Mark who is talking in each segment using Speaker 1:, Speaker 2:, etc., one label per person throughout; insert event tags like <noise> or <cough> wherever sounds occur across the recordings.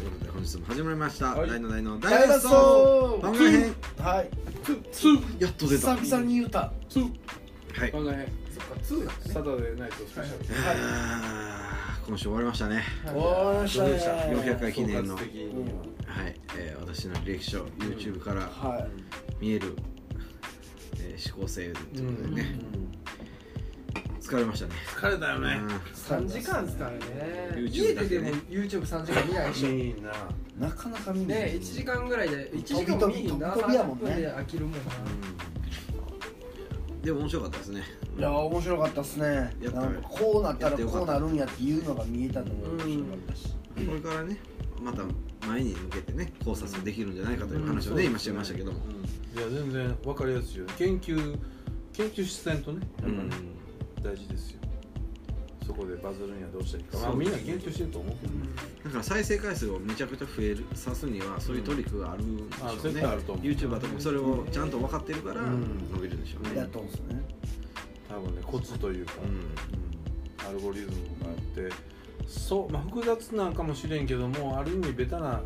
Speaker 1: 本日も始まりました「
Speaker 2: はい
Speaker 1: 大の大の
Speaker 2: ダ
Speaker 1: 大
Speaker 2: イナ
Speaker 1: 脱
Speaker 2: ソ
Speaker 1: 走」
Speaker 2: ー
Speaker 1: 番外編
Speaker 2: はい
Speaker 3: ツー
Speaker 1: やっと出た
Speaker 2: 久々に言うた
Speaker 3: ツー
Speaker 1: はい
Speaker 3: 番外編
Speaker 2: そっか2なん
Speaker 3: サタデーナイトスペシャル
Speaker 1: あー今週終わりましたね
Speaker 2: 終わりましたね
Speaker 1: どうでした400回記念の
Speaker 3: 総括的には
Speaker 1: はい、えー私の履歴書 YouTube から
Speaker 2: は
Speaker 1: 見える、えー、指向性と
Speaker 2: い
Speaker 1: いうことでね、疲れましたね
Speaker 3: 疲れたよね
Speaker 4: 3時間ですからね
Speaker 1: YouTube
Speaker 4: 家
Speaker 1: だ
Speaker 4: で
Speaker 1: け
Speaker 4: で
Speaker 1: ね
Speaker 4: も YouTube3 時間見ないでしょ
Speaker 3: いいな
Speaker 2: なかなか見ない
Speaker 4: ね1時間ぐらいで1時間
Speaker 2: 飛
Speaker 4: も
Speaker 2: び飛
Speaker 4: 見
Speaker 2: び
Speaker 4: んな
Speaker 2: 飛び飛びやもんね
Speaker 4: 30分で飽きるもんな
Speaker 1: うんでも面白かったですね
Speaker 2: いやー面白かったっすね
Speaker 1: やった
Speaker 2: なんかこうなった
Speaker 1: や
Speaker 2: ら
Speaker 1: ってよか
Speaker 2: こ
Speaker 1: っ
Speaker 2: う
Speaker 1: た
Speaker 2: なるんやっていうのが見えたのも面白かったし
Speaker 1: これからねまた前に向けてね考察できるんじゃないかという話をね、今してましたけども、
Speaker 3: いや全然分かりやすいよね研究研究しないとねやっぱね大事ですよそこでバズるにはどうしたらいいかまあ
Speaker 1: そう
Speaker 3: みんな研究してると思うけどね
Speaker 1: だから再生回数をめちゃくちゃ増えるさすにはそういうトリックがあるんでし
Speaker 3: あ
Speaker 1: ょう
Speaker 3: 絶
Speaker 1: ね、
Speaker 3: 対あると思う
Speaker 1: YouTuber とかもそれをちゃんと分かってるから
Speaker 3: うん
Speaker 1: 伸びるんでしょうね、
Speaker 2: やっとんすね
Speaker 3: 多分ねコツというか
Speaker 1: うん
Speaker 3: アルゴリズムがあってそうまあ複雑なんかもしれんけどもある意味ベタな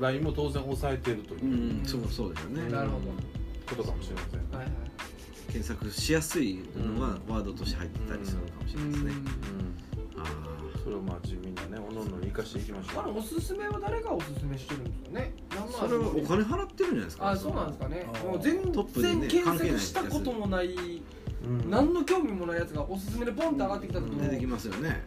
Speaker 3: ラインも当然抑えていると
Speaker 1: う、
Speaker 3: いうん
Speaker 1: そうそうですよね、
Speaker 4: なるほど
Speaker 3: ことかもしれません
Speaker 4: はいはい
Speaker 1: 検索しやすいのがワードとして入ってたりするのかもしれないですね、あ
Speaker 3: それをまあみんなねおのおの生かしていきましょ
Speaker 4: これ
Speaker 3: う
Speaker 4: おすすめは誰がおすすめしてるんですかね何
Speaker 1: あ
Speaker 4: の
Speaker 1: それはお
Speaker 4: 味
Speaker 1: 金払ってるんじゃないですか
Speaker 4: あそうなんですかね
Speaker 2: あー
Speaker 4: もう
Speaker 1: トップで
Speaker 4: 全
Speaker 1: ね
Speaker 4: 然検索したこともない
Speaker 3: うん
Speaker 4: 何の興味もないやつがおすすめでポンって上がってきた時
Speaker 1: 出てき
Speaker 4: に
Speaker 1: ますよね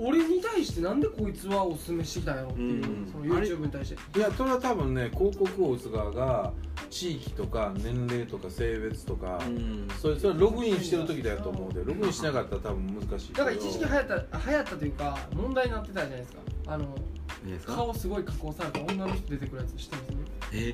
Speaker 4: 俺に対してなんでこいつはおすすめしてきたんやろっていう
Speaker 1: うん
Speaker 4: その YouTube に対して
Speaker 3: いやそれは多分ね広告を打つ側が地域とか年齢とか性別とか、
Speaker 1: うん
Speaker 3: それそれはログインしてる時だと思うでログインしなかったら多分難しいけど
Speaker 4: だから一時期流行った流行ったというか問題になってたじゃないですかあの
Speaker 1: いいですか
Speaker 4: 顔すごい加工された女の人出てくるやつ知ってます
Speaker 1: え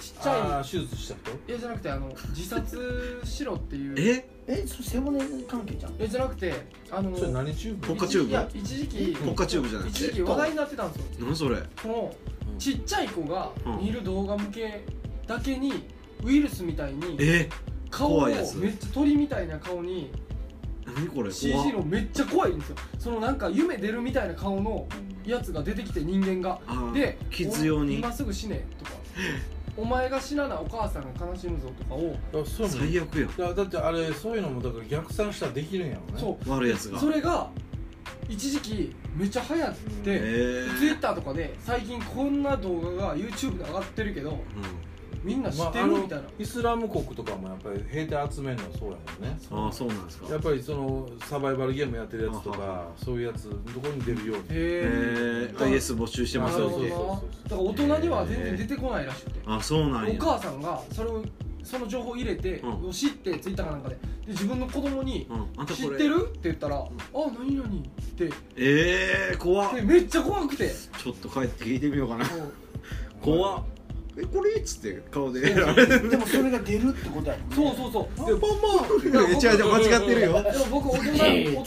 Speaker 4: ちっち
Speaker 3: あー
Speaker 4: ゃ
Speaker 3: 手術した人
Speaker 4: いいやじゃなくてあの自殺しろっていう
Speaker 1: え
Speaker 2: えそれ背骨関係じゃん
Speaker 4: いやじゃなくてあの
Speaker 3: それ何チュー
Speaker 1: ポ
Speaker 3: ブ
Speaker 1: ッカチューブ
Speaker 4: いや一時期
Speaker 1: ポッカチューブじゃなく
Speaker 4: 一時期
Speaker 1: て
Speaker 4: 話題になってたんですよ
Speaker 1: 何それ
Speaker 4: この
Speaker 1: ん
Speaker 4: ちっちゃい子が
Speaker 1: うん
Speaker 4: 見る動画向けだけにウイルスみたいに
Speaker 1: え
Speaker 4: 顔を
Speaker 1: 怖
Speaker 4: め
Speaker 1: い
Speaker 4: っ
Speaker 1: やつ
Speaker 4: ちゃ鳥みたいな顔に
Speaker 1: 何これ怖
Speaker 4: CG のめっちゃ怖いんですよそのなんか夢出るみたいな顔のやつが出てきて人間が
Speaker 1: あー
Speaker 4: で「
Speaker 1: キズ用
Speaker 4: お
Speaker 1: に
Speaker 4: 今すぐ死ね」と
Speaker 1: <laughs>
Speaker 4: か「お前が死ななお母さんが悲しむぞ」とかを
Speaker 3: あそうも
Speaker 1: 最悪やん
Speaker 3: いやだってあれそういうのもだから逆算したらできるんやろね
Speaker 4: そう
Speaker 1: 悪いやつが
Speaker 4: それが一時期めっちゃ流行って、
Speaker 1: えー
Speaker 4: Twitter とかで最近こんな動画が YouTube で上がってるけどみんな知ってる
Speaker 3: まああの
Speaker 4: みたいな
Speaker 3: イスラム国とかもやっぱり兵隊集めるのはそうやもんね
Speaker 1: うんああそうなんですか
Speaker 3: やっぱりそのサバイバルゲームやってるやつと
Speaker 1: あは
Speaker 3: かそういうやつどこに出るように
Speaker 1: え
Speaker 4: へえ
Speaker 1: ー IS 募集してます
Speaker 3: そ
Speaker 1: よ
Speaker 3: うそうそう
Speaker 4: だから大人には全然出てこないらしくて、
Speaker 1: あそうなんや
Speaker 4: お母さんがそれをその情報入れて、
Speaker 1: うん
Speaker 4: 知って Twitter かなんかでで自分の子供に
Speaker 1: うんあん
Speaker 4: 「
Speaker 1: た
Speaker 4: 知
Speaker 1: こ
Speaker 4: っ
Speaker 1: れ
Speaker 4: てる?」って言ったら「あ何々」って
Speaker 1: ええー、怖っ
Speaker 4: でめっちゃ怖くて
Speaker 1: ちょっと帰って聞いてみよ
Speaker 4: <laughs>
Speaker 1: うかな
Speaker 4: そう
Speaker 1: 怖っえこれっつって顔で
Speaker 4: そう
Speaker 1: やら <laughs> れる
Speaker 2: でもそれが出るってことやもんね
Speaker 4: そうそうそう
Speaker 1: でポンポン違う違う間違ってるよ
Speaker 4: でも僕大人大人や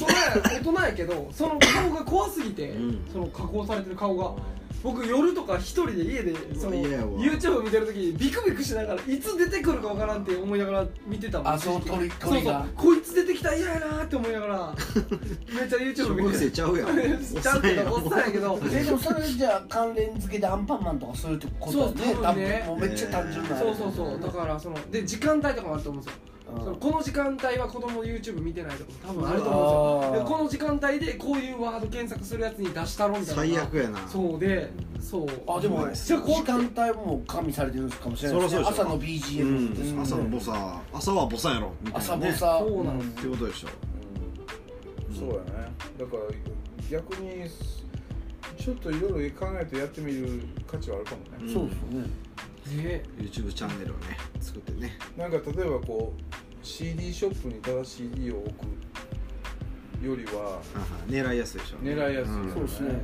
Speaker 4: 大人やけどその顔が怖すぎて、
Speaker 1: うん
Speaker 4: その加工されてる顔が僕夜とか一人で家でその
Speaker 1: いやいや
Speaker 4: YouTube 見てる時にビクビクしながらいつ出てくるかわからんって思いながら見てたもん
Speaker 2: あその
Speaker 4: 正直
Speaker 2: 鳥鳥が
Speaker 4: そうそうこいつ出てきたら嫌やなーって思いな
Speaker 1: <laughs>
Speaker 4: がらめっ <laughs> ちゃ YouTube
Speaker 1: 小
Speaker 4: 見
Speaker 1: 学
Speaker 4: て
Speaker 1: 生ちゃうやん
Speaker 4: <laughs> ちゃうけど
Speaker 1: お
Speaker 4: お
Speaker 1: っさ
Speaker 4: っさ
Speaker 1: ん
Speaker 4: ん
Speaker 1: や
Speaker 4: やけど
Speaker 2: えでもそれじゃあ関連付けでアンパンマンとかそういうってことだよ
Speaker 4: そう多分ね
Speaker 2: 多分もうめっちゃ単純な
Speaker 4: そうそうそうだからそので時間帯とかもあると思うんですよ
Speaker 2: うん
Speaker 4: そのこの時間帯は子供 YouTube 見てないとかも多分あると思うんですよ
Speaker 2: あー
Speaker 4: でこの時間帯でこういうワード検索するやつに出したろみたいな
Speaker 1: 最悪やな
Speaker 4: そうでそう
Speaker 2: あでも
Speaker 4: めっ
Speaker 2: 時
Speaker 4: ちゃ
Speaker 2: 間
Speaker 4: 怖くて
Speaker 2: 帯も加味されてるかもしれないです
Speaker 1: そらそうで
Speaker 2: ね
Speaker 1: しょ
Speaker 2: 朝の BGM って、
Speaker 1: うん朝のボサ朝はボサやろみたいなね
Speaker 2: 朝ボサ
Speaker 4: そうなん
Speaker 1: ってことでしょ
Speaker 3: うんそうやねだから逆にちょっといろいろ考えてやってみる価値はあるかもね、
Speaker 1: ん
Speaker 2: そうですよね
Speaker 4: ね
Speaker 1: YouTube チャンネルをね作ってね
Speaker 3: なんか例えばこう CD ショップにただ CD を置くよりは
Speaker 1: はは狙いやすいでしょ
Speaker 3: 狙いやすい
Speaker 1: うん
Speaker 3: よ
Speaker 2: そうですね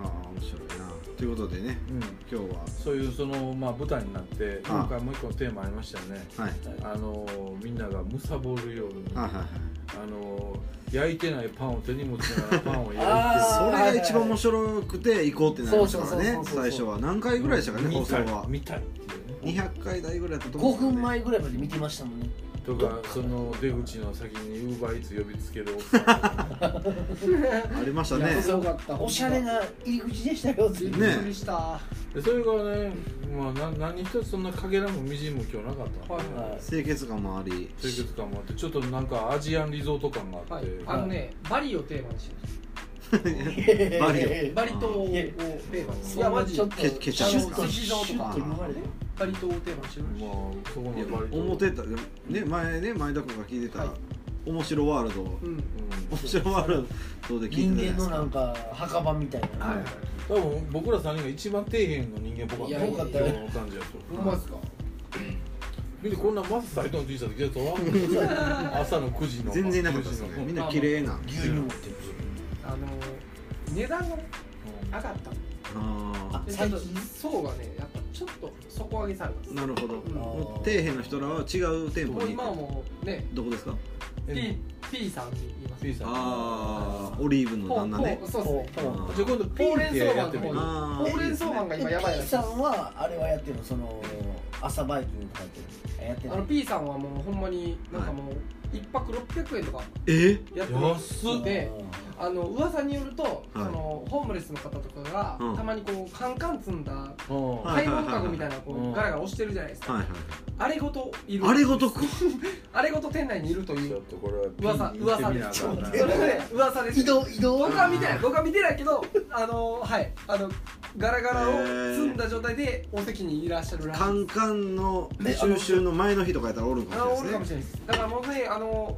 Speaker 1: ああ面白いなということでね
Speaker 3: うん
Speaker 1: 今日
Speaker 3: そういうそのまあ舞台になって
Speaker 1: ああ
Speaker 3: 今回もう一個のテーマありましたよね
Speaker 1: ははい
Speaker 3: あのーみんながむさぼるように
Speaker 1: はいはいはい
Speaker 3: あのー焼いてないパンを手に持ちながらパンを <laughs> 焼いて
Speaker 2: あー
Speaker 1: それが一番面白くて行こうってなりましたから
Speaker 2: そう
Speaker 1: ね
Speaker 2: そうそうそ
Speaker 1: 最
Speaker 2: う
Speaker 1: 初は何回ぐらいでしたかね
Speaker 3: 見
Speaker 1: 放送
Speaker 3: たい
Speaker 1: は
Speaker 3: 見たいっていうね
Speaker 1: 200回台ぐらいだったと思う
Speaker 2: 5
Speaker 1: んですよね
Speaker 2: 分前ぐらいまで見てましたもんね
Speaker 3: とかその出口の先にウーバーイーツ呼びつけるおっさ
Speaker 1: ありました
Speaker 4: い
Speaker 1: ね
Speaker 4: やすごかった
Speaker 2: おしゃれな入り口でしたよ
Speaker 4: びっ
Speaker 1: ね
Speaker 4: くりした、
Speaker 3: んでそれがね、まあ、な何一つそんなかけらもみじんも今日なかった
Speaker 4: はい
Speaker 2: は
Speaker 1: 清潔感もあり
Speaker 3: 清潔感もあってちょっとなんかアジアンリゾート感があっ
Speaker 4: はい
Speaker 3: て、、
Speaker 4: あのね、バリをテーマにしてる
Speaker 2: い
Speaker 1: バリオ
Speaker 4: バリ島をテーマにしてるいやマジ
Speaker 2: ちょっと
Speaker 1: ケケチャップ
Speaker 2: シ
Speaker 1: で
Speaker 2: ュ
Speaker 1: す
Speaker 2: ッ
Speaker 1: か
Speaker 2: とシュッと言われて
Speaker 4: バリ島をテーマにしてる
Speaker 3: まあそこ
Speaker 1: いや
Speaker 3: の割と
Speaker 1: 表たね前ね前田君が聞いてた、
Speaker 4: はい
Speaker 1: 面白ワールド
Speaker 4: うん
Speaker 3: うん
Speaker 1: 面白ワールドで聞いてたじゃ
Speaker 2: 人
Speaker 1: ないです
Speaker 2: 間
Speaker 1: か
Speaker 2: のなんか墓場みたいな
Speaker 4: はい
Speaker 3: 多分僕ら3人が一番底辺の人間僕は
Speaker 2: ぽかったよ
Speaker 3: 今日の感じやと
Speaker 4: ほんまですか
Speaker 3: 見てこんなまず最初の T シャツ着てた
Speaker 1: <laughs>
Speaker 3: わ朝の9時の
Speaker 1: 全然いなかったですね
Speaker 3: 10時の
Speaker 1: みんな綺麗な
Speaker 2: 牛乳持ってる
Speaker 4: あの値段がね上がった
Speaker 1: あ
Speaker 4: でちょ
Speaker 2: 最
Speaker 4: っ
Speaker 2: 近
Speaker 4: と層がねやっぱちょっと底上げされます
Speaker 1: ーなるほど
Speaker 4: うん
Speaker 2: あー
Speaker 1: もう底辺の人らは違う店
Speaker 4: も
Speaker 1: 舗
Speaker 4: う
Speaker 1: に
Speaker 4: 今はもうね
Speaker 1: どこですか
Speaker 4: P, P さんに言います
Speaker 3: P さん
Speaker 1: ああオリーブの旦那ね
Speaker 4: ほうそうですね
Speaker 2: ポンポン
Speaker 1: あー
Speaker 3: じゃあ今度ピーってやってみる
Speaker 4: ほう
Speaker 1: あ
Speaker 4: ほうれん草マンが今やばい
Speaker 2: で P
Speaker 4: らしい
Speaker 2: さんはあれはやってるのその朝バイキングとかやってるやって
Speaker 4: あ
Speaker 2: ない
Speaker 4: の P さんはもうほんまになんかもう一泊600円とか
Speaker 1: ーえ
Speaker 4: やってる
Speaker 3: 安っ
Speaker 4: で
Speaker 2: う
Speaker 4: あの噂によると、そのホームレスの方とかが、
Speaker 1: うん
Speaker 4: たまにこうカンカン積んだ
Speaker 3: うん
Speaker 1: はい
Speaker 4: 買い物かごみたいなこう、
Speaker 3: うん
Speaker 4: ガラガラ押してるじゃないですか、
Speaker 1: はいはい
Speaker 4: あれごといる
Speaker 1: あれごとく
Speaker 4: あれごと店内にいるとい
Speaker 3: ちょ
Speaker 4: う
Speaker 3: っとこれはピ
Speaker 4: 噂
Speaker 3: ーって
Speaker 4: 噂
Speaker 3: み
Speaker 4: で
Speaker 3: なあ
Speaker 4: すそ
Speaker 3: かんな
Speaker 4: れで噂で
Speaker 2: ん移
Speaker 4: す
Speaker 2: 動移動
Speaker 4: 僕は見てない僕は見てないけどあのはいあのガラガラを積んだ状態でお席にいらっしゃるらしい
Speaker 1: カンカンの収集の前の日とかやったらおるんか
Speaker 4: あ
Speaker 1: も
Speaker 4: の
Speaker 1: し
Speaker 4: おる
Speaker 1: れないで
Speaker 4: かも
Speaker 1: す
Speaker 4: し
Speaker 1: ね
Speaker 4: れないですだからもうねあの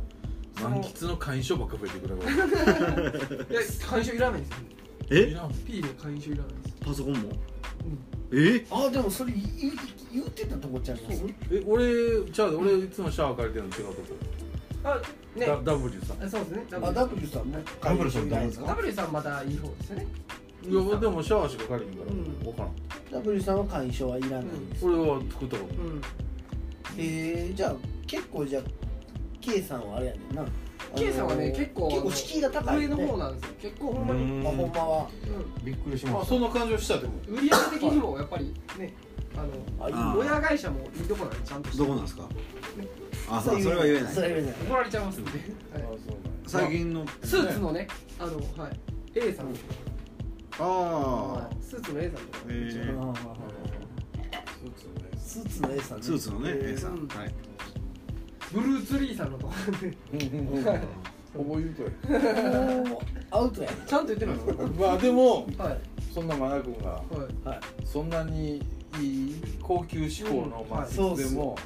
Speaker 4: そ
Speaker 3: 満
Speaker 4: の
Speaker 3: 喫の会員証ばっか増えてくれば
Speaker 4: いや会員証いらないですよ
Speaker 3: い
Speaker 1: え <laughs>
Speaker 3: らん
Speaker 4: P の会員証いらないです、
Speaker 1: パソコンも
Speaker 4: うん
Speaker 1: え
Speaker 2: あでもそれ言う言ってたとこちゃいます
Speaker 3: え俺ちゃうで俺いつもシャワー借りてるの違うとこ
Speaker 4: あね
Speaker 3: ダ W さん
Speaker 4: あそうですねダブ
Speaker 2: あ
Speaker 4: ル
Speaker 2: W さんも
Speaker 1: ダブルさん
Speaker 2: ないです
Speaker 4: ダ
Speaker 2: か
Speaker 4: ブルさんまたいい方ですよね
Speaker 3: いやでもシャワーしか借りへんから
Speaker 4: うん
Speaker 3: 分からん
Speaker 2: W さんは干渉はいらないんです、
Speaker 3: 俺は作ったこと
Speaker 4: う
Speaker 3: ない
Speaker 4: ん
Speaker 2: えー、じゃあ結構じゃあ K さんはあれやねんな
Speaker 4: K さんはね結構
Speaker 2: 結構敷居が高い
Speaker 4: 上
Speaker 2: よ
Speaker 4: の
Speaker 2: ね
Speaker 4: 方なんですよ結構ほんまに、うん
Speaker 2: まあ、ほんまは
Speaker 5: びっくりしま
Speaker 3: あ
Speaker 5: した
Speaker 3: そんな感じをしたでも
Speaker 4: 売り上げ的にもやっぱりねあの
Speaker 2: あいい
Speaker 1: あー
Speaker 4: 親会社もいいとこなんでちゃんとして
Speaker 1: どこなんですかあそ
Speaker 2: そういう
Speaker 1: れは言えない
Speaker 2: それは言えない
Speaker 4: 怒られちゃいますんで、はい
Speaker 1: 最近の
Speaker 4: スーツのねあのはい A さんとか
Speaker 1: あ
Speaker 4: はいスーツの A さんとか
Speaker 1: へー
Speaker 4: うちの
Speaker 2: あースーツの A さん
Speaker 1: あ
Speaker 2: ね
Speaker 1: スーツのね
Speaker 2: えー
Speaker 1: A さんはい
Speaker 4: ブルーツリーさんのとこ
Speaker 3: ほぼ言うとる
Speaker 2: もうアウトやね
Speaker 4: ちゃんと言ってるんです
Speaker 3: <laughs> まあでも
Speaker 4: かはい
Speaker 3: そんな真田君が
Speaker 4: はい
Speaker 3: そんなにいい高級志向の
Speaker 4: うん
Speaker 3: まあ
Speaker 4: はい
Speaker 3: いつでも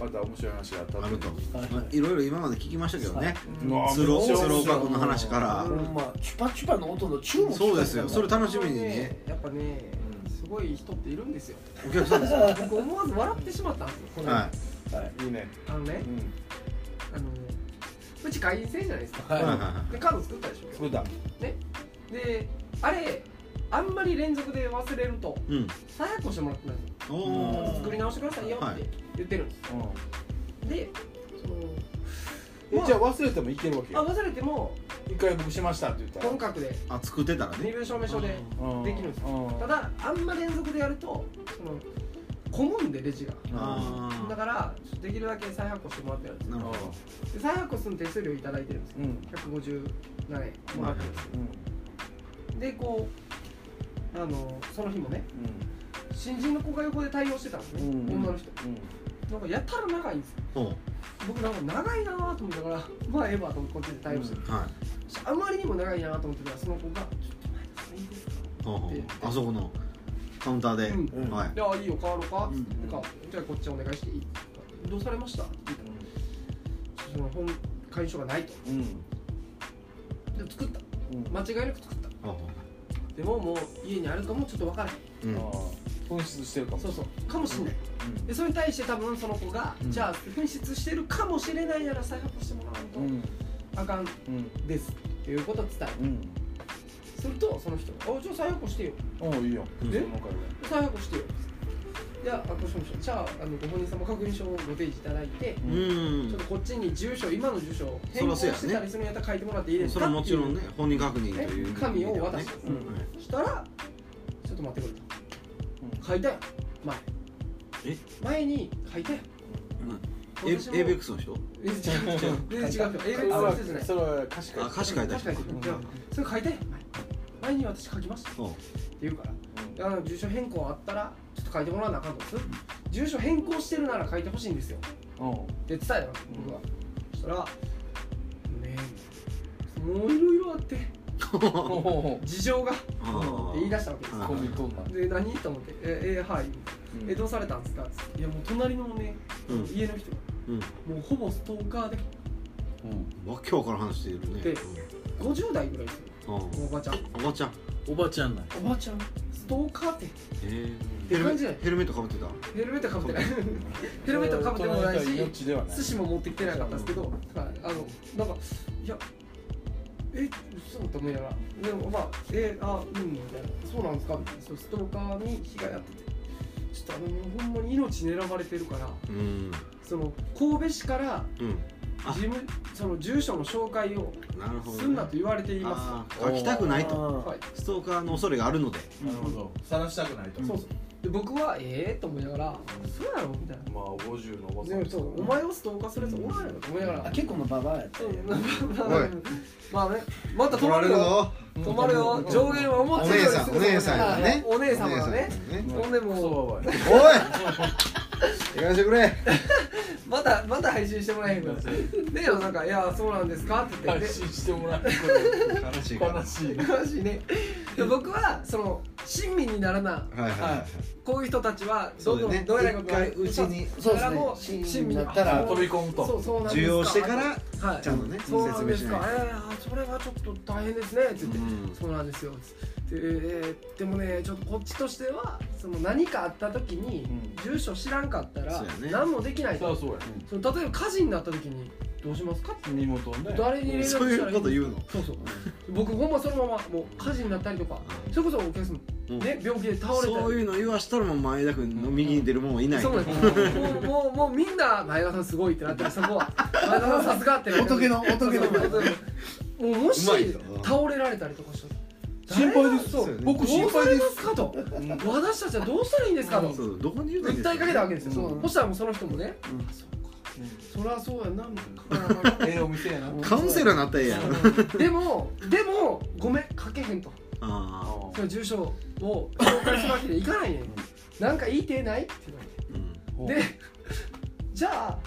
Speaker 3: また面白い話があった
Speaker 1: あると
Speaker 2: はい
Speaker 1: まあいろいろ今まで聞きましたけどね
Speaker 4: うん
Speaker 3: うわ
Speaker 1: スロ
Speaker 3: めっちゃ面白い
Speaker 1: スローカークの話か
Speaker 2: ほ
Speaker 1: ら
Speaker 2: んまチュパチュパの音のチューも聞こえ
Speaker 1: そう
Speaker 2: た
Speaker 1: ですよそれ楽しみに
Speaker 4: これ
Speaker 1: ね
Speaker 4: やっぱねすごい人っているんですよ
Speaker 1: お客さんですよ
Speaker 4: 僕思わず笑ってしまったんですよこの
Speaker 1: は
Speaker 3: うんいいね
Speaker 4: あのね
Speaker 3: うん
Speaker 4: あのうち会員制じゃないですか
Speaker 1: いはいはい
Speaker 2: は
Speaker 1: は
Speaker 4: でカード作ったでし
Speaker 3: 作った
Speaker 4: ょであれあんまり連続で忘れると
Speaker 1: いうん
Speaker 4: 再発行してもらってないんですよ
Speaker 1: おお
Speaker 4: 作り直してくださいよ
Speaker 1: は
Speaker 4: っ
Speaker 1: い
Speaker 4: て言ってるんです
Speaker 3: う
Speaker 4: でその
Speaker 3: んえじゃあ忘れてもいけるわけ
Speaker 4: あ
Speaker 3: よ
Speaker 4: 忘れても
Speaker 3: 一回僕しましたって言ったら
Speaker 4: 本格で
Speaker 1: あ作ってたら
Speaker 4: 身
Speaker 1: ね
Speaker 4: 分証明書で
Speaker 3: うん
Speaker 4: できるんです
Speaker 3: うん
Speaker 4: ただあんま連続でやるとその混むんでレジが
Speaker 1: あ
Speaker 4: だからちょっとできるだけ再発行してもらってるんです
Speaker 1: あな
Speaker 4: よ
Speaker 1: るほ
Speaker 4: で再発行するの手数料いただいてるんですよ
Speaker 3: うん
Speaker 4: 157円もらってるんですよ
Speaker 3: うん
Speaker 4: でこうあのその日もね新人の子が横で対応してたんですね、
Speaker 3: うん
Speaker 4: 女の人
Speaker 3: うん
Speaker 4: なんかやたら長いんですよ
Speaker 1: どおう
Speaker 4: 僕なんか長いなーと思いながら <laughs> まあええわと思ってこっちで対応してる、
Speaker 1: はい
Speaker 4: あまりにも長いなーと思ってたらその子が「ちょっと前田さんいいですか?」
Speaker 1: ほうほうあそこのカウンターで
Speaker 4: うん
Speaker 2: うん
Speaker 1: はい
Speaker 4: で「あいいよ変わろうか」
Speaker 2: うん
Speaker 4: つってか「じゃあこっちお願いしていい?」どうされました?」って言ったら「その本会所がないと」
Speaker 3: うん
Speaker 4: で作った
Speaker 3: うん
Speaker 4: 間違いなく作った
Speaker 1: ほうほ
Speaker 4: でももう家にあるかもちょっと分からへん
Speaker 1: ううん
Speaker 3: あー紛失してるかも
Speaker 4: そうそうかもしんない、
Speaker 3: うん
Speaker 4: でそれに対して多分その子が、
Speaker 3: うん
Speaker 4: じゃあ紛失してるかもしれないなら再発行してもらわんと、
Speaker 3: うん
Speaker 4: あかん
Speaker 3: うん
Speaker 4: ですっていうことを伝える
Speaker 3: うん
Speaker 4: するとその人が「あじゃあ再発行してよ
Speaker 3: おういいよ
Speaker 1: うん
Speaker 3: その会話
Speaker 4: 再発行してよ」いや、あ、こうしましょう。じゃあ、あの、ご本人様確認書をご提示いただい
Speaker 1: う
Speaker 4: て、ちょっ
Speaker 1: ん
Speaker 4: とこっちに住所、今の住所を
Speaker 1: そ
Speaker 4: 変
Speaker 1: ら
Speaker 4: 更
Speaker 1: そうやね
Speaker 4: してたりするんやったら書いてもらっていいです
Speaker 1: そ
Speaker 4: か
Speaker 1: れはもちろんね
Speaker 4: って
Speaker 1: 本人確認
Speaker 4: いう
Speaker 1: という意味ではね
Speaker 4: 紙を渡した、
Speaker 3: うん
Speaker 1: はい
Speaker 4: したら、ちょっと待ってくれ
Speaker 3: うん
Speaker 4: と。書いたやん、前。
Speaker 1: え
Speaker 4: 前に書いたやん。
Speaker 1: うんエイ
Speaker 4: 私も
Speaker 1: ベックスの人
Speaker 4: え違う違う全然違うよ英語の人じゃない
Speaker 3: それは歌詞書い
Speaker 1: あ歌詞書いた人
Speaker 4: 確かにいやそれ書いて前に私書きましたって
Speaker 1: うん
Speaker 4: 言うからあの住所変更あったらちょっと書いてもらわなあかんのです住所変更してるなら書いてほしいんですよって伝えたの僕は、そしたら「ねえもういろいろあって事情が」って
Speaker 1: あ
Speaker 4: 言い出したわけです
Speaker 1: あー
Speaker 4: で何と思って「ええはい」
Speaker 3: うん
Speaker 4: えどうされたんですか?」っつって「いやもう隣のね
Speaker 1: うん
Speaker 4: 家の人が
Speaker 1: うん
Speaker 4: もうほぼストーカーで
Speaker 1: わけわからん話してるね
Speaker 4: で
Speaker 1: うん
Speaker 4: 50代ぐらいですよ
Speaker 1: あ
Speaker 4: もうおばちゃん
Speaker 1: おばちゃん
Speaker 5: おばちゃんなん
Speaker 4: おばちゃんストーカーって
Speaker 1: え
Speaker 4: て
Speaker 1: ヘル
Speaker 4: 感
Speaker 1: メ
Speaker 4: じだよ
Speaker 1: ヘルメットかぶってた
Speaker 4: ヘルメットかぶってない <laughs> ヘルメットかぶってもないし
Speaker 3: 命ではない
Speaker 4: 寿司も持ってきてなかったんですけど、はい、あのなんかいやえそうと思いながらでもまあえあうんみたいなそうなんですかみたいなそうストーカーに被害あっててちょっとあのほんまに命狙われてるから
Speaker 1: うん
Speaker 4: その神戸市から
Speaker 1: うんあ
Speaker 4: 事務その住所の紹介を
Speaker 1: なるほどね
Speaker 4: すんなと言われていま
Speaker 1: あー書きたくないと
Speaker 4: すはい
Speaker 1: ストーカーの恐れがあるので
Speaker 5: なるほど晒したくないと
Speaker 4: そうそうで僕はええと思いながらそうやろみたいな
Speaker 3: まあ50のおばさん
Speaker 4: でそうお前をストーカーするやつおらんやろと思いなが
Speaker 2: あ
Speaker 4: ら
Speaker 2: 結構もうババアやったん
Speaker 4: そう
Speaker 2: や
Speaker 4: まあ
Speaker 1: おい
Speaker 4: まあねまた止まるよ止まるよ上限はもう
Speaker 6: お姉さんお姉さんがね
Speaker 4: お姉様がね
Speaker 6: お姉さんがね
Speaker 4: ほんで
Speaker 3: クソ
Speaker 4: もう
Speaker 3: ババアや
Speaker 6: おい行かせてくれ
Speaker 4: またまた配信してもらえへんからでよなんか「いやそうなんですか?」って言っ
Speaker 5: 配
Speaker 4: て
Speaker 5: 信してもらうこ
Speaker 1: 悲しい
Speaker 5: と
Speaker 1: から
Speaker 5: 悲しい
Speaker 4: で悲しいねで僕はその親身にならな
Speaker 1: はいはいはい
Speaker 4: こういう人たちは
Speaker 1: そ
Speaker 4: どん
Speaker 1: う
Speaker 4: ど
Speaker 1: だよ
Speaker 4: ん
Speaker 1: ね
Speaker 4: どうやら
Speaker 1: 一回うちに
Speaker 2: そうで
Speaker 4: だか
Speaker 2: す
Speaker 4: ら
Speaker 2: ね
Speaker 4: も
Speaker 2: 親
Speaker 4: う親
Speaker 2: 身
Speaker 4: 身
Speaker 2: に
Speaker 4: に
Speaker 2: なったら
Speaker 5: 飛び込む
Speaker 4: そう
Speaker 5: と
Speaker 4: そうなんです
Speaker 1: 受
Speaker 4: か
Speaker 1: 容してから
Speaker 4: はい
Speaker 1: ちゃんとね
Speaker 4: そうなんですか
Speaker 1: 説
Speaker 4: えー、それはちょっと大変ですねって言って、
Speaker 1: うん
Speaker 4: そうなんですよって、でえーでもねちょっとこっちとしてはその何かあった時に
Speaker 3: うん
Speaker 4: 住所知らんかったら
Speaker 1: そうやね
Speaker 4: 何もできない
Speaker 3: そ
Speaker 4: と、
Speaker 3: うそうや
Speaker 4: その例えば火事になった時にどうしますかって
Speaker 3: 身元をね
Speaker 4: 誰に連絡した
Speaker 1: そう
Speaker 4: らい
Speaker 1: い
Speaker 4: い
Speaker 1: うこと言うの
Speaker 4: そうそう僕ほんまそのままもう火事になったりとかそれこそお客様、
Speaker 1: うん
Speaker 4: ね病気で倒れたり
Speaker 1: そういうの言わしたらもう前田君の右に出るもんはいない
Speaker 4: そうなんですもうもうもうみんな前田さんすごいってなってるそこは前田さんさすがってなってる
Speaker 6: 仏の仏の
Speaker 4: もうもし
Speaker 1: うまいよ
Speaker 4: 倒れられたりとかしたら
Speaker 3: 心配です
Speaker 4: そう
Speaker 1: そうよね
Speaker 3: 僕
Speaker 4: ど
Speaker 3: 心
Speaker 4: うさ
Speaker 3: 配
Speaker 4: れ
Speaker 3: で
Speaker 4: ますすかと私たちはどうしたらいいんですかと
Speaker 1: そうどこに言うの
Speaker 4: 訴えかけたわけですよ
Speaker 2: そう
Speaker 4: そしたらもうその人もね
Speaker 2: うん
Speaker 4: そりゃそうやなみたいな
Speaker 3: ええお店やな
Speaker 1: カウンセラーになったらええやん
Speaker 4: でもでもごめん書けへんと
Speaker 1: あ
Speaker 4: その住所を紹介するわけでいかないねんなんかいい手ないって言われて
Speaker 1: ーうん
Speaker 3: うん
Speaker 4: でじゃあ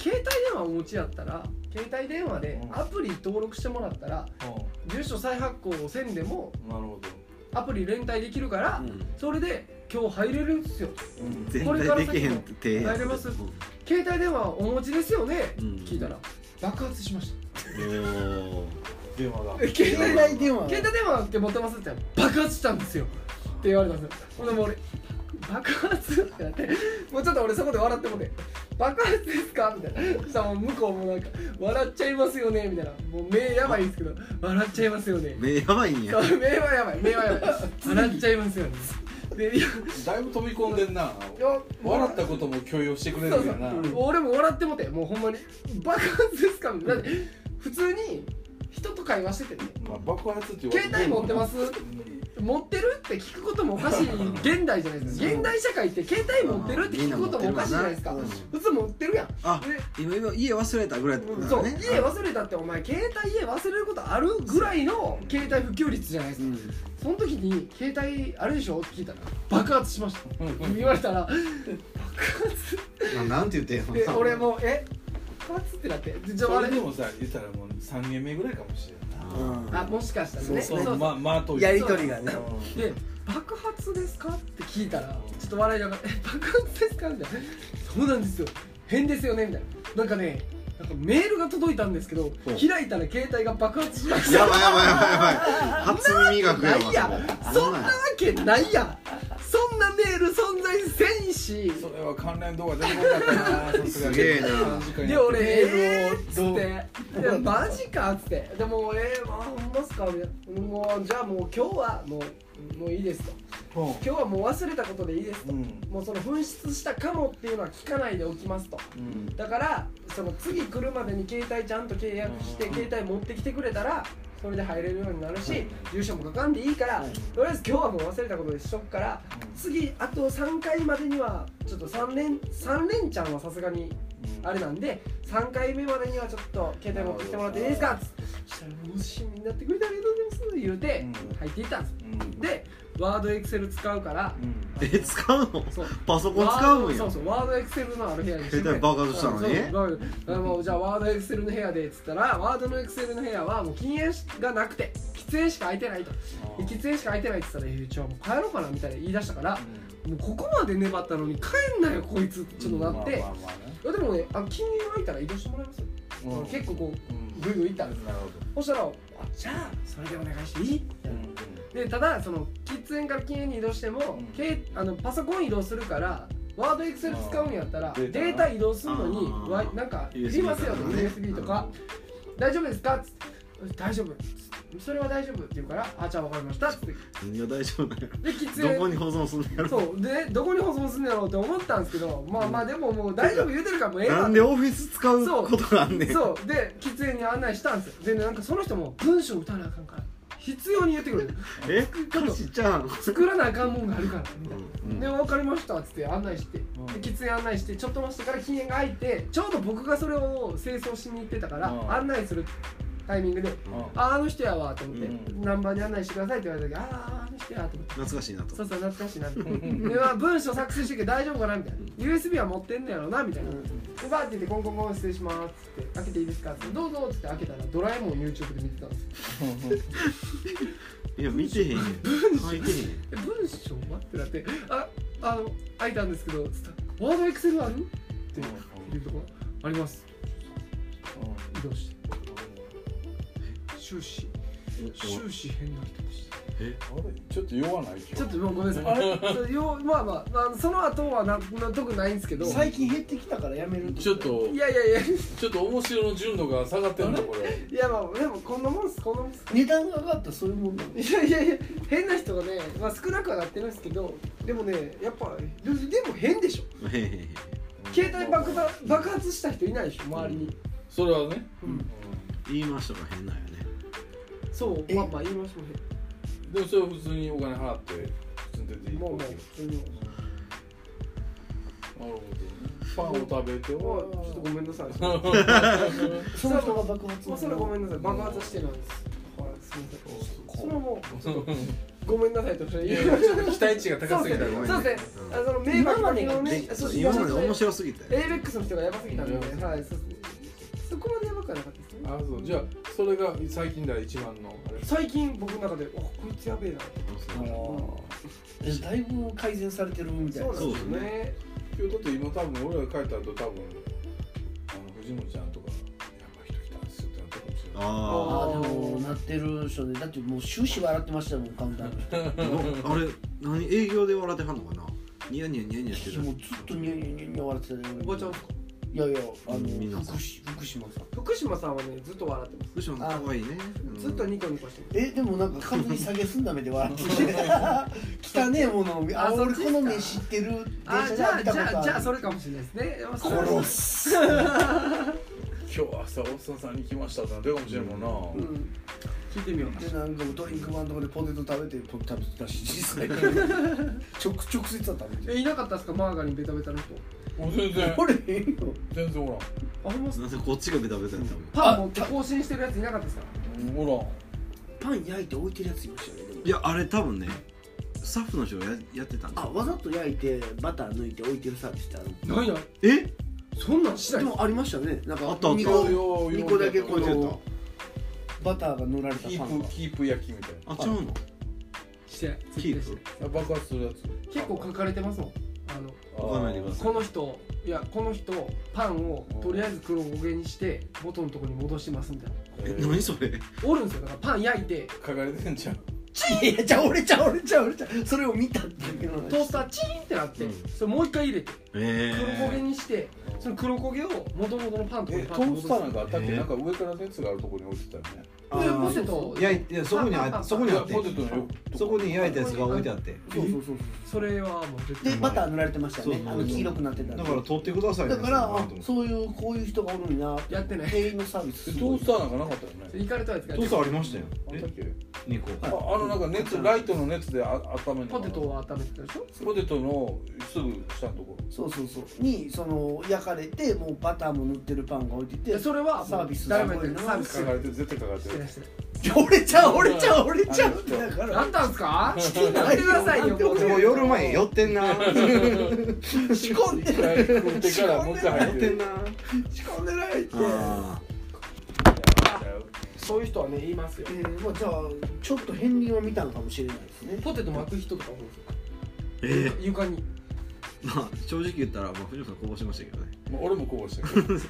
Speaker 4: 携帯電話お持ちやったら携帯電話でアプリ登録してもらったら
Speaker 3: う
Speaker 4: 住所再発行をせんでも
Speaker 3: んなるほど
Speaker 4: アプリ連帯できるからそれで今日入れるんですよ
Speaker 1: 絶対できへんって手や
Speaker 4: 入れます
Speaker 1: うん
Speaker 4: 携帯電話お持ちですよね、
Speaker 1: うん
Speaker 4: 聞いたら爆発しました
Speaker 1: おー
Speaker 3: 電話が
Speaker 4: え携帯
Speaker 2: 携帯電話
Speaker 4: 携帯電話って持ってますって言ったら爆発したんですよって言われたんですよほんでもう俺爆発ってなってもうちょっと俺そこで笑ってもね爆発ですかみたいなそしたらもう向こうもなんか笑っちゃいますよねみたいなもう目やばいんですけど笑っちゃいますよね
Speaker 1: 目やばいんや
Speaker 4: そう目はやばい目はやばい笑っちゃいますよねでいや
Speaker 3: だいぶ飛び込んでんない
Speaker 4: や
Speaker 3: 笑ったことも許容してくれるんだな
Speaker 4: そうそう俺も笑ってもてもうほんまに爆発ですかみたいなだって普通に人と会話しててね
Speaker 3: まあ爆発って言われ
Speaker 4: 携帯持ってますす持ってるって聞くこともおかしい現代じゃないですか現代社会って携帯持ってるって聞くこともおかしいじゃないですか
Speaker 1: うん
Speaker 4: 普通持ってるやん
Speaker 1: あ
Speaker 4: で
Speaker 1: 今今家忘れたぐらいだからね
Speaker 4: そう家忘れたってお前携帯家忘れることあるぐらいの携帯普及率じゃないですかその時に「携帯あれでしょ?」って聞いたら「爆発しました」言われたら
Speaker 6: ななんて言ってんの
Speaker 4: で俺もう「え爆発?」ってなってでじゃあ
Speaker 3: そ
Speaker 4: あ
Speaker 3: れ
Speaker 4: れ
Speaker 3: でもさ言ったらもう三軒目ぐらいかもしれない
Speaker 1: あ
Speaker 4: あもしかしたら
Speaker 3: そう
Speaker 4: ね
Speaker 3: そう
Speaker 4: そうそう
Speaker 3: まあまあと
Speaker 2: やりとりがね
Speaker 4: で「爆発ですか?」って聞いたらちょっと笑いながら「え爆発ですか?」みたいな「そうなんですよ変ですよね」みたいななんかねなんかメールが届いたんですけど
Speaker 1: ほう
Speaker 4: 開いたら携帯が爆発しまし
Speaker 1: ーや
Speaker 4: た
Speaker 1: ばいやばいやばいやばい初耳学や
Speaker 4: ないや
Speaker 1: わ
Speaker 4: んそんなわけないやんそんなメール存在せんし
Speaker 3: それは関連動画出てこなかったな
Speaker 1: すげえな
Speaker 4: で俺
Speaker 2: メールを
Speaker 4: えーっつ
Speaker 2: ど
Speaker 4: っ
Speaker 2: う
Speaker 4: て「いやマジか」っつって「でもえー、まあほんまっすか?」みたいなもうじゃあもう今日はもうもういいです」と
Speaker 3: うん
Speaker 4: 「今日はもう忘れたことでいいです」と
Speaker 3: うん
Speaker 4: もうその紛失したかもっていうのは聞かないでおきますと
Speaker 3: うん
Speaker 4: だからその次来るまでに携帯ちゃんと契約して
Speaker 3: うん
Speaker 4: 携帯持ってきてくれたらそれで入れるようになるし住所も書かんでいいからとりあえず今日はもう忘れたことでしとくから次あと3回までにはちょっと3連3連チャンはさすがにあれなんで3回目までにはちょっと携帯持ってきてもらっていいですかっつってそしたら「もしみんなってくれてありがとうございます」言うて入っていったんですでワードエクセル使うから
Speaker 1: え使うの
Speaker 4: そう
Speaker 1: パソコン使うんや
Speaker 4: そうそうワードエクセルのある部屋にして
Speaker 1: 携帯爆発したのに
Speaker 4: そうそうあのじゃあワードエクセルの部屋でっつったらワードのエクセルの部屋はもう禁煙がなくて喫煙しか空いてないと喫煙しか空いてないって言ったら「えーじゃあもう帰ろうかな」みたいな言い出したから、もうここまで粘ったのに帰んなよこいつってちょっとなって、
Speaker 5: まあまあまあね
Speaker 4: いやでもねあ禁煙空いたら移動してもらいますよ、結構こうグイグイ行ったんです
Speaker 5: なるほど
Speaker 4: そしたらあ「じゃあそれでお願いしていい?」でただその喫煙から禁煙に移動しても、けあのパソコン移動するからワードエクセル使うんやったら
Speaker 3: あ
Speaker 4: デ
Speaker 3: ー
Speaker 4: ータ移動するのに
Speaker 1: あー
Speaker 4: わなんかい
Speaker 1: USB
Speaker 4: りますよと
Speaker 1: とかね
Speaker 4: USB とか「大丈夫ですか?」っつって大丈夫」それは大丈夫」って言うから「あじゃあ分かりました」っつって
Speaker 1: 何が大丈夫なんや
Speaker 4: で喫
Speaker 1: ろどこ
Speaker 4: 煙
Speaker 1: に保存すんのやろ
Speaker 4: そうでどこに保存するんだろうって思ったんですけどまあまあでももう大丈夫言うてるからもうええわ
Speaker 1: なんでオフィス使うことがあんねん
Speaker 4: そうで喫煙に案内したんですよでなんかその人も文章打たなあかんから必要に言ってくる
Speaker 1: え歌詞ちゃん
Speaker 4: 作らなあかんもんがあるからみたい
Speaker 1: う
Speaker 4: な、
Speaker 1: ん
Speaker 4: で分かりましたっつって案内して、で喫煙案内してちょっと待ってから禁煙が開いてちょうど僕がそれを清掃しに行ってたから、
Speaker 5: うん
Speaker 4: 案内するタイミングで「
Speaker 5: う
Speaker 4: ああの人やわ」と思って、
Speaker 5: う
Speaker 4: ナンバーに案内してください」って言われた時「あああの人や」と思って。
Speaker 1: 懐かしいなと
Speaker 4: そうそう懐かしいなみたいなでまあ文章作成してるけど大丈夫かなみたいな USB は持ってんのやろなみたいな、でバーって言ってコンコンコン失礼しますっつって開けていいですかっつってどうぞっつって開けたらドラえもんを YouTube で見てたんですよ <laughs>
Speaker 1: いや見てへんよ書いてへんよ
Speaker 4: え文章待ってなってああの開いたんですけどつったらワードエクセルあるっていうところあります移動して終始終始変な人でした
Speaker 5: ちょっと用はないけ
Speaker 4: ち
Speaker 5: ど
Speaker 4: ょっともうごめんなさいあれそうようまあまあ、まあ、その後はなな特にないんですけど
Speaker 2: 最近減ってきたからやめる
Speaker 5: ちょっと
Speaker 4: いやいやいや
Speaker 5: ちょっと面白の純度が下がってるんだこれ
Speaker 4: いやまあでもこんなもんっすこんなもんっす
Speaker 2: 値段が上がったらそういうもんなの
Speaker 4: いやいやいや変な人がね、まあ、少なくはなってるんですけどでもねやっぱででも変でしょ
Speaker 1: へへへ
Speaker 4: 携帯爆発爆発した人いないでしょ周りに、
Speaker 5: それはね
Speaker 4: うん
Speaker 1: 言いましたが変なんよね
Speaker 4: そう
Speaker 2: え
Speaker 4: まあまあ言いましたもんね
Speaker 5: でもそれは普通にお金払って普通に出ていい
Speaker 4: もうもう
Speaker 5: なる
Speaker 4: 普通に
Speaker 5: ほどねパンを食べて
Speaker 4: ち
Speaker 5: は
Speaker 4: ょっとごめんなさい
Speaker 2: その人が爆発
Speaker 4: もうそれはごめんなさい爆発してるんですはいすみませんそれはもうちょっとごめんなさいとおっしゃ
Speaker 5: <laughs>
Speaker 4: る
Speaker 5: いやいやちょっと期待値が高すぎたらごめん
Speaker 4: そうですねあその名
Speaker 2: 今ま
Speaker 4: 馬
Speaker 2: でが
Speaker 4: のね
Speaker 1: で
Speaker 4: そう
Speaker 1: 今まで面白すぎたよ
Speaker 4: ABEX の人がやばすぎたん
Speaker 5: う
Speaker 4: で、
Speaker 5: ん
Speaker 4: はい、そうですね。そこまでやばくはなかったですね。
Speaker 5: あそうじゃあそれが最近だら一番のあれ
Speaker 4: 最近僕の中で、おこいつやべえな。
Speaker 2: えだいぶ改善されてるみたいな
Speaker 1: そうですね。
Speaker 5: 今日だって今多分俺ら帰った後多分あの藤本ちゃんとかやばい人来たんですよってなったかもしれない
Speaker 1: あ
Speaker 2: ああでもなってるでしょうねだってもう終始笑ってましたもん簡単に
Speaker 1: ああれ何営業で笑ってはんのかなニヤニヤニヤニヤしてる
Speaker 2: もうずっとニヤニヤニヤニヤ笑ってたね俺
Speaker 4: おばちゃん、
Speaker 2: いやいやあ
Speaker 1: 皆
Speaker 2: の
Speaker 1: さん
Speaker 2: 福島福島さん
Speaker 4: 福島さんはね、ずっと笑ってます。
Speaker 1: 福島さん可愛いねうん
Speaker 4: ずっとニコニコしてま
Speaker 2: えでもなんか完全に下げすんだ目で笑ってて汚ねえものを見あ
Speaker 4: あそっ
Speaker 2: 俺
Speaker 4: ち
Speaker 2: この目知ってる電
Speaker 4: す。
Speaker 2: 車
Speaker 4: あ、
Speaker 2: で
Speaker 4: じゃ
Speaker 2: 浴
Speaker 4: あ、
Speaker 2: びた
Speaker 4: じ
Speaker 2: こ
Speaker 4: ゃあ、じ
Speaker 2: と
Speaker 4: ゃ
Speaker 2: あ
Speaker 4: あ、
Speaker 2: る
Speaker 4: それかもしれないですね。まあそれ
Speaker 2: 殺す
Speaker 5: 今日朝大須さんに来ましたってなってるかもしれんもんな、
Speaker 4: うん。聞いてみよう。
Speaker 2: でなんかもうドリンクバーのとこでポテト食べてポテト食べてたし実 <laughs> 際直直接は食べて
Speaker 4: え、いなかったですか、マーガリンベタベタの人。
Speaker 5: もう全然
Speaker 2: これへんよ
Speaker 5: 全然おらん
Speaker 4: あ、ほんまっす
Speaker 1: なんでこっちがベタベタやったもん
Speaker 4: パン持って更新してるやついなかったですか。
Speaker 5: うんおらん
Speaker 2: パン焼いて置いてるやついましたよねでも
Speaker 1: いやあれ多分ねスタッフの人がややってたん
Speaker 2: あ
Speaker 1: だ
Speaker 2: わざと焼いてバター抜いて置いてるサービスってある
Speaker 4: ないや、
Speaker 1: え
Speaker 4: そんなんしな
Speaker 2: で
Speaker 4: いです。
Speaker 2: もありましたねなんか
Speaker 1: あったあった
Speaker 2: 二
Speaker 5: よう
Speaker 2: 個
Speaker 5: よう
Speaker 2: 二個だけこ
Speaker 5: ようよう
Speaker 2: のバターが塗られた
Speaker 5: キ
Speaker 2: パン
Speaker 5: ー
Speaker 2: が
Speaker 5: プキープ焼きみたい
Speaker 1: あちゃうの
Speaker 4: してない。
Speaker 1: キープ
Speaker 4: してな
Speaker 5: な
Speaker 4: い
Speaker 5: 爆発するやつ
Speaker 4: 結構書かれてますもん。あの。
Speaker 1: 置かないでください
Speaker 4: この人いやこの人パンをとりあえず黒焦げにして元のとこに戻しますみたいな
Speaker 1: え
Speaker 5: え
Speaker 1: 何それ
Speaker 4: おるんですよだからパン焼いて
Speaker 5: 書かれてんじゃん
Speaker 2: いやじゃあ俺ちゃう俺ちゃう俺ちゃうそれを見たんだけど
Speaker 4: トースターチーンってなって、
Speaker 1: うん
Speaker 4: それもう一回入れて
Speaker 1: え
Speaker 4: 黒焦げにしてその黒焦げを元々のパンとか
Speaker 5: え
Speaker 4: に
Speaker 5: ト
Speaker 4: パ
Speaker 5: ー
Speaker 4: ンと戻
Speaker 5: ス
Speaker 4: す
Speaker 5: ターなんかあったっけ、
Speaker 1: えー
Speaker 5: なんか上から熱があるところに置いてたよね
Speaker 7: あ
Speaker 4: で
Speaker 7: ー
Speaker 4: ポテト
Speaker 7: いやいやそこにあそこにあって
Speaker 3: ポテトのよ
Speaker 7: そこに焼いたやつが置いてあって
Speaker 2: そうそうそう
Speaker 4: それはもう絶
Speaker 2: で
Speaker 4: 対
Speaker 2: バター塗られてましたよね
Speaker 7: そう
Speaker 2: あの黄色くなってたんで
Speaker 7: だから取ってください
Speaker 2: だから
Speaker 7: そんなの
Speaker 2: あ
Speaker 7: と思って
Speaker 2: そういうこういう人がおるんや <laughs>
Speaker 4: やってない
Speaker 2: 店員のサービス
Speaker 3: え
Speaker 2: す
Speaker 3: ト
Speaker 2: ご
Speaker 3: ー
Speaker 2: い
Speaker 3: スターなんかなかったよね
Speaker 4: 行かれたやつが
Speaker 7: トースターありましたよ
Speaker 3: あ
Speaker 7: え
Speaker 3: ったっけ
Speaker 7: 2個
Speaker 3: ああのなんか熱ライトの熱であ温めるのか
Speaker 4: ポ
Speaker 3: な
Speaker 4: テトを温めてたでしょ
Speaker 3: ポテトのすぐ下のとこ
Speaker 2: そうそうそうにその焼かれてもうバターも塗ってるパンが置いて
Speaker 4: で
Speaker 2: て
Speaker 4: それは
Speaker 2: サービス
Speaker 4: 誰もやってない
Speaker 2: す
Speaker 4: サ
Speaker 2: ごい
Speaker 4: ー
Speaker 2: な
Speaker 4: ビス
Speaker 3: 書かれてる絶対書かれて
Speaker 4: してない
Speaker 3: る
Speaker 4: してない
Speaker 2: 俺ちゃう俺ちゃう俺ちゃ
Speaker 3: あの
Speaker 2: う
Speaker 3: 人
Speaker 2: だから
Speaker 4: なんなんすか
Speaker 2: して
Speaker 4: や
Speaker 2: な
Speaker 4: っ
Speaker 2: い
Speaker 4: て
Speaker 2: よ
Speaker 4: くださいよ
Speaker 2: なんで
Speaker 7: もう夜前寄ってんな寄
Speaker 2: 仕込んで
Speaker 3: 一
Speaker 2: ない
Speaker 3: 回食ってからもう一回入
Speaker 7: っ
Speaker 3: ってて
Speaker 7: ん
Speaker 3: る
Speaker 7: な
Speaker 2: 仕込んでないって
Speaker 7: あ
Speaker 4: そういう人はね言いますよ
Speaker 2: えーまあじゃあちょっと片鱗は見たのかもしれないですね
Speaker 4: ポテト巻く人とかもい
Speaker 1: え
Speaker 4: るん
Speaker 1: ー
Speaker 4: ですよ床に
Speaker 1: まあ正直言ったら、まあ、藤本さんこぼしましたけどね
Speaker 3: もう俺もこぼしたけど
Speaker 1: ちょっと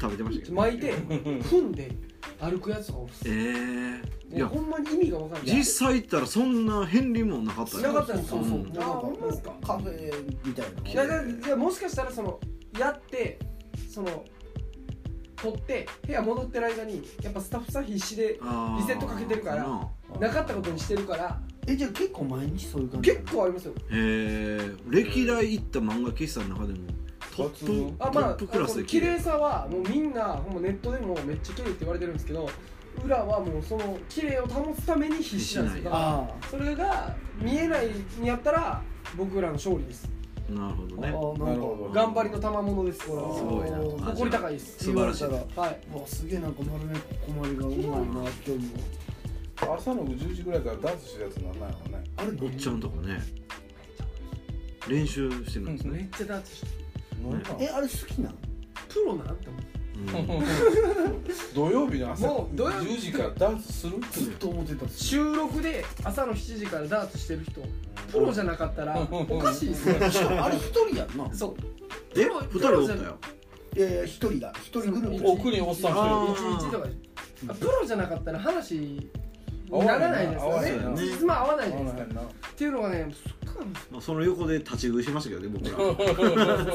Speaker 1: 食べてましたけどね
Speaker 4: 巻いて踏んで歩くやつがおるっす
Speaker 1: えー、い
Speaker 4: もう
Speaker 1: や
Speaker 4: ほんまに意味が分かんない
Speaker 1: 実際行ったらそんな片鱗もなかった
Speaker 4: なかったんです
Speaker 2: そ
Speaker 4: か
Speaker 2: うそう
Speaker 1: うん
Speaker 2: なん
Speaker 4: あ
Speaker 2: か
Speaker 4: ほんまですか
Speaker 2: カフェみたいない
Speaker 4: やだいやもしかしたらそのやってその取って部屋戻ってる間にやっぱスタッフさん必死で
Speaker 1: あー
Speaker 4: リセットかけてるから
Speaker 1: な
Speaker 4: なかったことにしてるから
Speaker 2: えじゃあ結構毎日そういう感じ
Speaker 4: 結構ありますよ
Speaker 1: へえ歴代行った漫画喫茶の中でもトップト
Speaker 4: あまあ
Speaker 1: ップクラス
Speaker 4: あ
Speaker 1: で
Speaker 4: の綺麗さはもうみんなほんまネットでもめっちゃ綺麗って言われてるんですけど裏はもうその綺麗を保つために必死なんですよだか
Speaker 2: ああ
Speaker 4: らそれが見えないにやったら僕らの勝利です
Speaker 1: なるほど
Speaker 2: あ
Speaker 1: ね
Speaker 2: ー
Speaker 3: な
Speaker 2: なん
Speaker 3: る
Speaker 2: か
Speaker 3: ほど
Speaker 4: 頑張りの賜物ですこれは
Speaker 1: すごいな
Speaker 2: あー
Speaker 4: 誇り高いです
Speaker 1: 素晴らしい
Speaker 2: 言われた
Speaker 4: はい
Speaker 2: わすげえなんか丸めこまりがうまいなって思う
Speaker 3: 朝の10時ぐらいからダンスしてるやつなんないのね
Speaker 2: あれ
Speaker 1: おっちゃんとかね練習してるんです
Speaker 4: め
Speaker 1: ね、
Speaker 4: っちゃダンスして
Speaker 3: なんか
Speaker 2: えあれ好きなの
Speaker 4: プロなんて思う
Speaker 1: うん
Speaker 3: 土曜日の朝
Speaker 4: もう土曜日
Speaker 3: 10時からダンスするって
Speaker 2: ずっと思ってたっす
Speaker 4: 収録で朝の7時からダーツしてる人プロじゃなかったらおかしいですよ
Speaker 2: しかもあれ一人やんな
Speaker 4: そう
Speaker 1: え
Speaker 4: プロ
Speaker 1: 二人おったよ
Speaker 2: いやいや一人だ一人グループ
Speaker 4: その
Speaker 3: 奥におっさん
Speaker 1: あ
Speaker 3: 一
Speaker 4: 11とかであプロじゃなかったら話に
Speaker 3: 合わ
Speaker 4: な
Speaker 3: ない
Speaker 4: らないです
Speaker 3: 合
Speaker 4: よ
Speaker 3: わな
Speaker 4: ね
Speaker 3: いな
Speaker 4: 実まあ合わないじゃ
Speaker 3: 人
Speaker 4: ない
Speaker 3: いない
Speaker 4: ですか
Speaker 3: な
Speaker 4: っていうのがねすっごい
Speaker 1: まあ、その横で立ち食いしましたけどね僕ら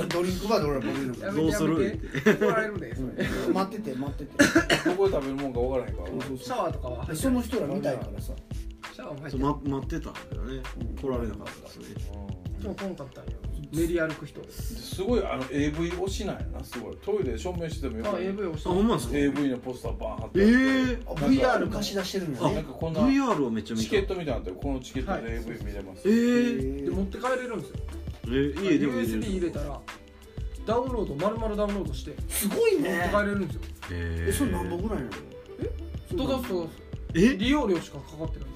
Speaker 2: ドリンクバーで俺らボデるの
Speaker 4: やめ
Speaker 1: ど
Speaker 4: て
Speaker 1: うする
Speaker 4: やめて怒られるでそれ
Speaker 2: 待ってて待ってて
Speaker 3: どこで食べるもんか分からへんから
Speaker 2: そう
Speaker 4: シ
Speaker 2: そう
Speaker 4: ャワーとかは
Speaker 2: そうその人ら見たいからさ
Speaker 4: シャワー入っ
Speaker 1: そ
Speaker 4: て
Speaker 1: う、ま、待ってたんだけどね
Speaker 2: うん
Speaker 1: 来られなかったですね
Speaker 3: うん
Speaker 4: 今日来んかったんや練り歩く人
Speaker 3: すごいあの AV 推しなんやなすごいトイレで証明しててもよ
Speaker 4: あ
Speaker 3: く
Speaker 4: AV 押し
Speaker 1: あ
Speaker 4: た
Speaker 1: ほんまですか
Speaker 3: AV のポスターバーン貼って
Speaker 1: え
Speaker 3: あ
Speaker 1: え
Speaker 3: って
Speaker 2: あ VR 貸し出してるんだ
Speaker 3: な
Speaker 2: ね
Speaker 3: んかこんな
Speaker 1: VR をめっちゃ見た
Speaker 3: チケットみたいなのあってこのチケット
Speaker 4: はい
Speaker 3: で AV 見れます、
Speaker 1: え
Speaker 2: え
Speaker 1: ー、
Speaker 4: で持って帰れるんですよ
Speaker 1: えー、家でも
Speaker 4: USB 入れたらダウンロード丸々ダウンロードして
Speaker 2: すごい
Speaker 4: 持って
Speaker 2: ね
Speaker 4: 帰れるんですよ
Speaker 1: え
Speaker 2: えそれ何本ぐらいなの
Speaker 4: 届かすと
Speaker 1: え
Speaker 4: 利用料しかかかってないん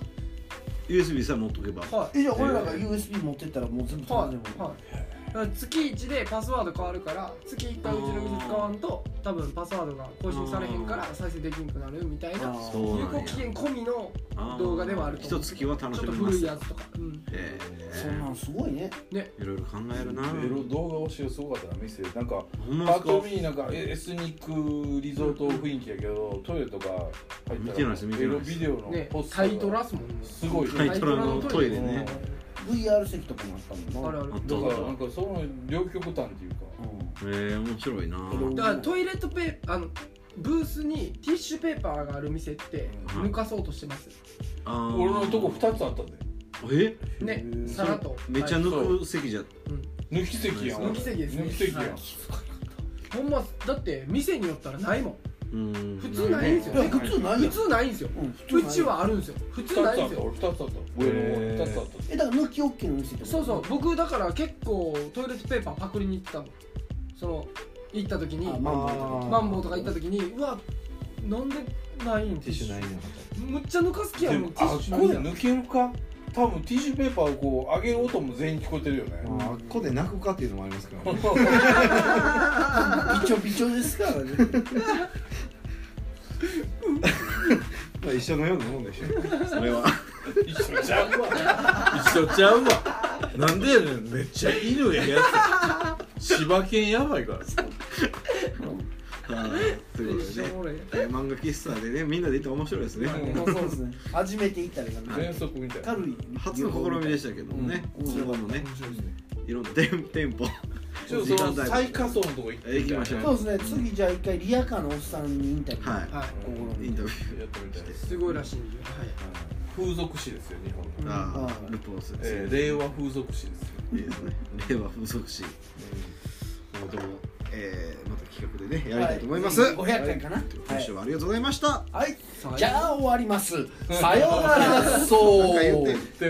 Speaker 4: で
Speaker 1: USB さえ持っとけば
Speaker 4: すはい
Speaker 2: えじゃあ俺らが USB 持ってったらもう全部
Speaker 4: は
Speaker 2: 取れる
Speaker 4: い、
Speaker 2: もん
Speaker 4: はい、だから月1でパスワード変わるから月1回うちの店使わんと多分パスワードが更新されへんから再生できんくなるみたいな
Speaker 2: あー
Speaker 1: そう
Speaker 4: 有
Speaker 1: なんや
Speaker 4: 効期限込みの
Speaker 1: あー
Speaker 4: 動画ではあると
Speaker 1: 一
Speaker 4: 思う
Speaker 1: 月は
Speaker 4: ちょ
Speaker 1: 楽
Speaker 4: っ
Speaker 1: し
Speaker 4: と
Speaker 1: めま
Speaker 4: 古い
Speaker 1: す
Speaker 4: やつとか、うん、
Speaker 1: え
Speaker 2: そんなんすごいね
Speaker 1: ー、いろいろ考えるな
Speaker 3: エロ動画推しがすごかったな店でなんか
Speaker 1: ほんま
Speaker 3: パ
Speaker 1: です
Speaker 3: ッ
Speaker 1: か
Speaker 3: と見なんかエエスニックリゾート雰囲気やけどトイレとか入
Speaker 1: 見
Speaker 3: って
Speaker 1: ないです見て
Speaker 3: エ
Speaker 1: な
Speaker 3: ロ
Speaker 1: いです
Speaker 3: ビデオの
Speaker 4: ね
Speaker 3: ポスタ
Speaker 4: タ
Speaker 3: ーが
Speaker 4: イトラスもんね
Speaker 3: すごい
Speaker 1: タイトラのトイレ
Speaker 3: ね
Speaker 4: タイトラのトイレ
Speaker 2: VR 席とかもあった
Speaker 4: あ
Speaker 2: もん
Speaker 4: る
Speaker 2: な
Speaker 4: ある
Speaker 3: だからなんかその両極端っていうか
Speaker 1: えー、面白いな
Speaker 2: うん
Speaker 4: だからトイレットペーあのブースにティッシュペーパーがある店って
Speaker 1: うん
Speaker 4: 抜かそうとしてます
Speaker 1: あー
Speaker 3: 俺のとこ2つあったで
Speaker 1: え
Speaker 4: ね
Speaker 2: へー
Speaker 4: 皿と
Speaker 1: めっちゃ抜く席じゃ
Speaker 3: 抜き席やん
Speaker 4: 抜き席ですね
Speaker 3: 抜き席やん、
Speaker 4: はいほんまだって店によったらないもん
Speaker 1: うん
Speaker 4: 普通ないんですよ
Speaker 2: いや普通ない
Speaker 4: 普
Speaker 2: やん
Speaker 4: 通ないんですよ
Speaker 2: うん
Speaker 4: う
Speaker 2: 普
Speaker 4: ち
Speaker 2: 通ない
Speaker 4: はあるんですよ普
Speaker 3: 2
Speaker 4: 通
Speaker 3: つあ
Speaker 4: な
Speaker 3: っ
Speaker 4: い
Speaker 3: た
Speaker 4: んですよ
Speaker 3: 俺2つあった上の方に2つあった
Speaker 2: えだから抜き OK の店ってこと
Speaker 4: そうそう僕だから結構トイレットペーパーパクリに行ってたのその行った時に
Speaker 2: あマンボウとか
Speaker 4: マンボウとか行った時にうわなんでないんティッシュ
Speaker 7: ないの
Speaker 4: むっちゃぬかす気や
Speaker 3: で
Speaker 4: も
Speaker 3: も
Speaker 4: んテ
Speaker 3: あ
Speaker 4: ィ
Speaker 3: っ
Speaker 4: ッシュな
Speaker 3: こ
Speaker 4: い
Speaker 3: で
Speaker 4: やん
Speaker 3: 抜けるか多分ティッシュペーパーをこう上げる音も全員聞こえてるよね、
Speaker 7: まああっこで泣くかっていうのもありますけどね
Speaker 2: びちょびちょですからね
Speaker 7: まあ一緒のようなもんでしょ
Speaker 1: それは
Speaker 3: 一緒ちゃうわ <laughs>
Speaker 8: 一緒ちゃうわなんでやねんめっちゃ犬ややつ柴犬やばいから
Speaker 1: はいということ
Speaker 4: 一
Speaker 1: でね
Speaker 4: 緒おもろい
Speaker 1: えー漫画喫茶でねみんなで行ったら面白いですね
Speaker 2: まあそうですね初めて行ったりだな
Speaker 3: 喘息みたいな
Speaker 2: 軽い
Speaker 1: 初の試みでしたけどもね、
Speaker 2: うん
Speaker 1: その後もね
Speaker 4: 面白いですね
Speaker 1: いろんな店店舗
Speaker 3: ちょっとその最下層のとこ行ってみたい
Speaker 1: 行きましょ
Speaker 2: そうですね次じゃあ一回リアカーのおっさんにインタビュー
Speaker 1: はい
Speaker 4: は
Speaker 2: 試み
Speaker 1: インタビュ
Speaker 3: やってみたいで
Speaker 4: い
Speaker 3: す
Speaker 4: すごいらしいんではい
Speaker 3: 風俗詩ですよ日本の、
Speaker 1: ーあ
Speaker 2: う
Speaker 1: あ
Speaker 2: ん
Speaker 1: ルポースです
Speaker 3: え
Speaker 1: ね
Speaker 3: ー、令和風俗詩ですよ、
Speaker 1: いいですね令和風俗詩今後ともえーまた企画でねやりたいと思います、
Speaker 2: 500円かな
Speaker 1: 今週はありがとうございました、
Speaker 2: はいじゃあ終わりますさようなら
Speaker 3: そう
Speaker 1: なんか言って